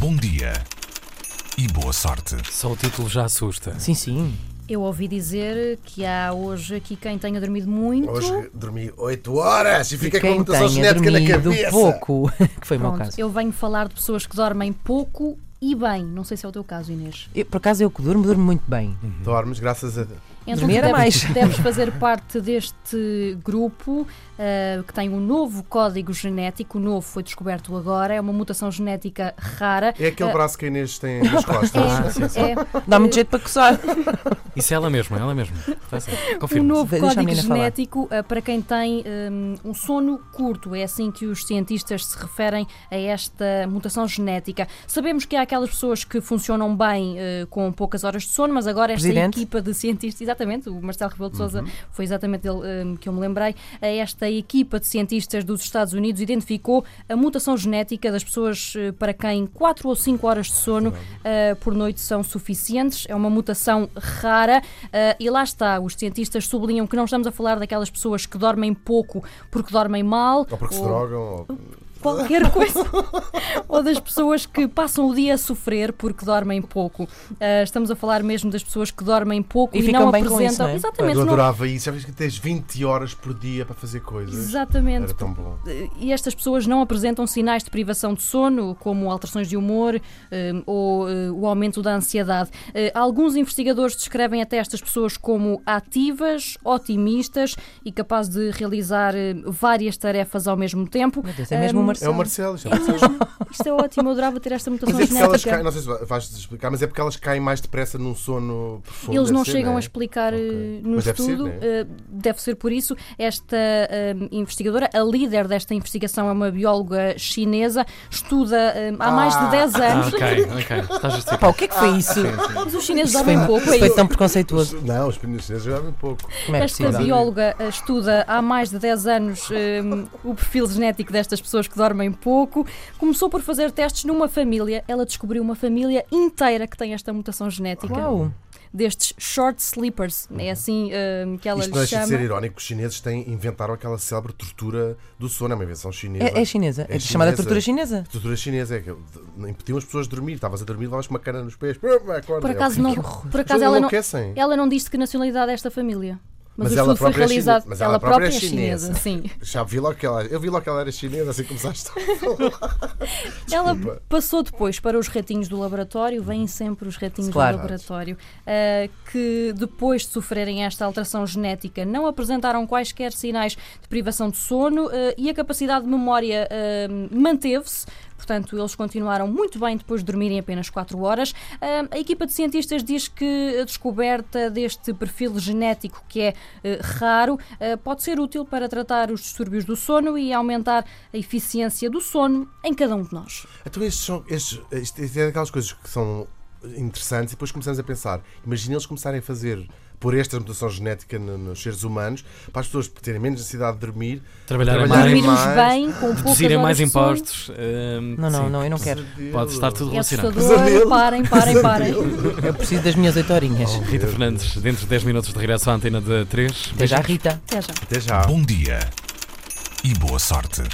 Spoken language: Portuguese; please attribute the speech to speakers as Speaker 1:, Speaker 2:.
Speaker 1: Bom dia e boa sorte.
Speaker 2: Só o título já assusta.
Speaker 3: Sim, sim.
Speaker 4: Eu ouvi dizer que há hoje aqui quem tenha dormido muito.
Speaker 5: Hoje dormi 8 horas e fiquei com
Speaker 3: Quem
Speaker 5: mutação
Speaker 3: tenha
Speaker 5: genética na
Speaker 3: dormido
Speaker 5: cabeça.
Speaker 3: pouco, que foi o meu
Speaker 4: Pronto,
Speaker 3: caso. Eu...
Speaker 4: eu venho falar de pessoas que dormem pouco e bem. Não sei se é o teu caso, Inês.
Speaker 3: por acaso eu que durmo, durmo muito bem.
Speaker 5: Dormes, graças a Deus.
Speaker 4: Então
Speaker 3: Dormir
Speaker 4: tu
Speaker 3: era
Speaker 4: deves,
Speaker 3: mais.
Speaker 4: deves fazer parte deste grupo ah, que tem um novo código genético. O novo foi descoberto agora. É uma mutação genética rara.
Speaker 5: É aquele
Speaker 4: Ah,
Speaker 5: braço que a Inês tem nas costas.
Speaker 3: Ah,
Speaker 4: é, é,
Speaker 3: Dá muito jeito para coçar.
Speaker 2: Isso é ela mesma, ela mesma. Está certo.
Speaker 4: um
Speaker 2: Confirma.
Speaker 4: novo
Speaker 3: Deixa a
Speaker 4: código
Speaker 3: menina falar.
Speaker 4: genético ah, para quem tem hum, um sono curto. É assim que os cientistas se referem a esta mutação genética. Sabemos que há aquelas pessoas que funcionam bem eh, com poucas horas de sono, mas agora esta
Speaker 3: Presidente.
Speaker 4: equipa de cientistas, exatamente, o Marcelo Rebelo de
Speaker 5: Uhum.
Speaker 4: Sousa foi exatamente dele hum, que eu me lembrei, a esta equipa de cientistas dos Estados Unidos identificou a mutação genética das pessoas eh, para quem 4 ou 5 horas de sono eh, por noite são suficientes. É uma mutação rara eh, e lá está, os cientistas sublinham que não estamos a falar daquelas pessoas que dormem pouco porque dormem mal
Speaker 5: Ou porque se
Speaker 4: ou-
Speaker 5: drogam. Ou...
Speaker 4: qualquer coisa. Ou das pessoas que passam o dia a sofrer porque dormem pouco. Ah, estamos a falar mesmo das pessoas que dormem pouco
Speaker 3: E
Speaker 4: e,
Speaker 3: ficam
Speaker 4: não
Speaker 3: bem com isso,
Speaker 4: apresentam.
Speaker 3: não é?
Speaker 4: Exatamente,
Speaker 5: Eu
Speaker 4: não-
Speaker 5: adorava isso. Já viste que tens 20 horas por dia para fazer coisas.
Speaker 4: Exatamente.
Speaker 5: Era tão bom.
Speaker 4: E estas pessoas não apresentam sinais de privação de sono, como alterações de humor hum, ou eh, o aumento da ansiedade. Eh, alguns investigadores descrevem até estas pessoas como ativas, otimistas e capazes de realizar eh, várias tarefas ao mesmo tempo.
Speaker 3: Meu Deus, é mesmo o
Speaker 4: Hum,
Speaker 5: É o
Speaker 3: Marcelo.
Speaker 5: Marcelo. isto é
Speaker 4: É mesmo. Isto é ótimo, eu adorava ter esta mutação
Speaker 5: Mas é porque elas
Speaker 4: genética.
Speaker 5: caem, não sei se vais explicar, mas é porque elas caem mais depressa num sono profundo.
Speaker 4: Eles
Speaker 5: deve
Speaker 4: não
Speaker 5: ser,
Speaker 4: chegam
Speaker 5: é?
Speaker 4: a explicar eh,
Speaker 5: Ok.
Speaker 4: no
Speaker 5: Mas deve ser,
Speaker 4: estudo.
Speaker 5: né?
Speaker 4: eh, deve ser por isso. Esta eh, investigadora, a líder desta investigação, é uma bióloga chinesa, estuda eh, há mais de
Speaker 5: Ah.
Speaker 4: 10
Speaker 2: Ah,
Speaker 4: anos.
Speaker 2: ok, ok. Está justificado.
Speaker 3: Pá, o que é que
Speaker 4: Ah,
Speaker 3: foi isso?
Speaker 4: Todos os chineses
Speaker 3: Isso
Speaker 4: dormem
Speaker 3: foi,
Speaker 4: pouco,
Speaker 3: isso
Speaker 4: é
Speaker 3: foi
Speaker 4: isso.
Speaker 3: tão preconceituoso.
Speaker 5: Não, os meninos chineses já pouco.
Speaker 3: Como é
Speaker 4: Esta
Speaker 3: possível?
Speaker 4: bióloga eh, estuda há mais de 10 anos eh, o perfil genético destas pessoas que dormem pouco. Começou por fazer testes numa família. Ela descobriu uma família inteira que tem esta mutação genética.
Speaker 3: Uau. É,
Speaker 4: Destes short sleepers. É assim eh, que ela
Speaker 5: Uhum. Isto não
Speaker 4: lhes
Speaker 5: deixa de ser
Speaker 4: chama.
Speaker 5: irónico. Os chineses têm, inventaram aquela célebre tortura do sono. É uma invenção chinesa.
Speaker 3: É, é chinesa. É, chamada tortura chinesa.
Speaker 5: Tortura chinesa é que não impediam as pessoas de dormir. Estavas a dormir, levavas com uma cana nos pés. Pum, acorda.
Speaker 4: Por
Speaker 5: É
Speaker 4: acaso,
Speaker 5: horrível.
Speaker 4: não, por
Speaker 5: As pessoas
Speaker 4: acaso ela, não,
Speaker 5: enlouquecem.
Speaker 4: ela não disse que nacionalidade é esta família. Mas,
Speaker 5: Mas
Speaker 4: o
Speaker 5: ela
Speaker 4: estudo foi
Speaker 5: própria é chine-
Speaker 4: realizado.
Speaker 5: mas ela própria é chinesa.
Speaker 4: sim.
Speaker 5: Já vi logo que ela. Eu vi logo que ela era chinesa, assim começaste.
Speaker 4: Ela passou depois para os ratinhos do laboratório, vêm sempre os ratinhos
Speaker 3: Claro.
Speaker 4: do laboratório, ah, que depois de sofrerem esta alteração genética não apresentaram quaisquer sinais de privação de sono ah, e a capacidade de memória ah, manteve-se. Portanto, eles continuaram muito bem depois de dormirem apenas 4 horas. Ah, a equipa de cientistas diz que a descoberta deste perfil genético, que é eh, raro, eh, pode ser útil para tratar os distúrbios do sono e aumentar a eficiência do sono em cada um de nós.
Speaker 5: então, estes são. Estes, isto- isto é daquelas coisas que são interessantes e depois começamos a pensar. Imagina eles começarem a fazer. Por esta mutação genética no- nos seres humanos, para as pessoas terem menos necessidade de dormir,
Speaker 2: Trabalharem
Speaker 5: Trabalharem
Speaker 2: mais,
Speaker 4: Dormirmos
Speaker 5: mais,
Speaker 4: bem, com poucas
Speaker 2: reduzirem
Speaker 4: horas
Speaker 2: mais
Speaker 4: de sono.
Speaker 2: impostos. hum,
Speaker 3: Não, não,
Speaker 2: sim,
Speaker 3: não, eu não quero.
Speaker 2: Pode estar tudo
Speaker 4: É
Speaker 2: relacionado.
Speaker 4: assustador. Parem, parem, parem.
Speaker 3: Eu preciso das minhas oito horinhas.
Speaker 2: Rita Fernandes, dentro de 10 minutos de regresso à antena de 3.
Speaker 3: Até já, Rita.
Speaker 4: Até já.
Speaker 5: Até já.
Speaker 1: Bom dia e boa sorte.